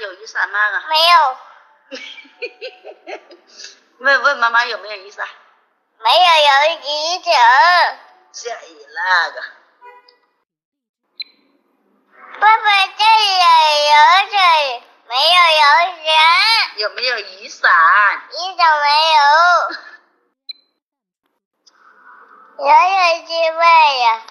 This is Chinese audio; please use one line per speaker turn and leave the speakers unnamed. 有雨伞吗？ 啊？
没有，
问问妈妈有没有雨伞？
没有有雨伞。
下雨那个，
爸爸这里有雨伞，没有雨伞，
有没有雨伞？
雨伞没有。有雨之外呀，